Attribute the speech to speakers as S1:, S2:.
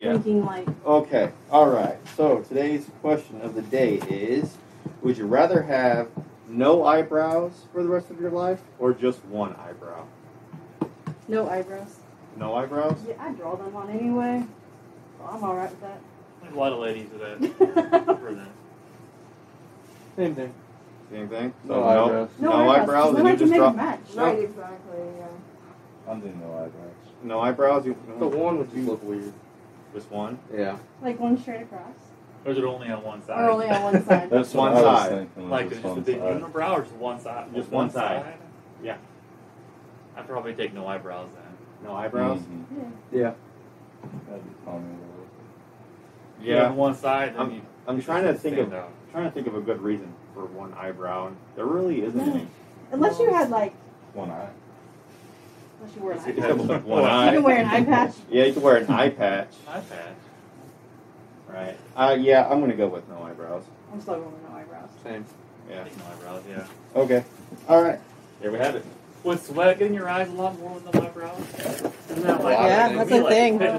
S1: Yeah.
S2: Thinking like
S1: Okay, all right. So today's question of the day is: Would you rather have no eyebrows for the rest of your life, or just one eyebrow?
S2: no eyebrows.
S1: No eyebrows.
S2: Yeah, I draw them on anyway. So I'm alright with
S3: A lot of ladies with that.
S2: that.
S3: for that.
S4: Same thing.
S1: Same thing. So
S4: No eyebrows.
S1: No
S2: because
S1: eyebrows, then
S2: nobody
S1: you
S2: can
S1: just
S2: make
S1: draw-
S2: a match.
S1: No.
S5: Right, exactly. Yeah.
S4: I'm doing no eyebrows.
S1: No eyebrows. You, Mm.
S4: The one would just look weird.
S1: just one.
S4: Yeah.
S2: Like one straight across.
S3: Or is it only on one side?
S2: Or only on one side.
S1: That's
S4: what
S1: one
S4: I was
S1: side.
S4: thinking,
S3: Like
S4: just
S3: just
S4: one
S3: a big
S4: side.
S3: unibrow or just one side?
S1: Just one side. Yeah.
S3: I'd probably take no eyebrows then.
S1: No eyebrows.
S4: Mhm.
S2: Yeah.
S4: That'd be funny.
S3: You have one side, then you,
S1: I'm
S3: you
S1: trying to
S3: just
S1: think
S3: stand
S1: of
S3: out.
S1: trying to think of a good reason for one eyebrow, and there really isn't any.
S2: Unless you had like
S4: One eye.
S2: unless you wore an
S3: It's
S2: eye
S3: a-
S2: patch.
S3: Yeah.
S1: one
S2: You can
S1: eye.
S2: wear an eye patch.
S1: Yeah, you can wear an eye patch.
S3: Eye patch.
S1: Right. Uh, yeah, I'm gonna go with no eyebrows.
S2: I'm still going with no eyebrows.
S4: Same.
S1: Yeah.
S3: Take no eyebrows. Yeah.
S1: Okay. All right. Here we have it.
S3: Would sweat get in your eyes a lot more with no eyebrows? Isn't that like
S2: Yeah,
S3: it'd
S2: that's
S3: be
S2: a
S3: like,
S2: thing.
S3: Hey,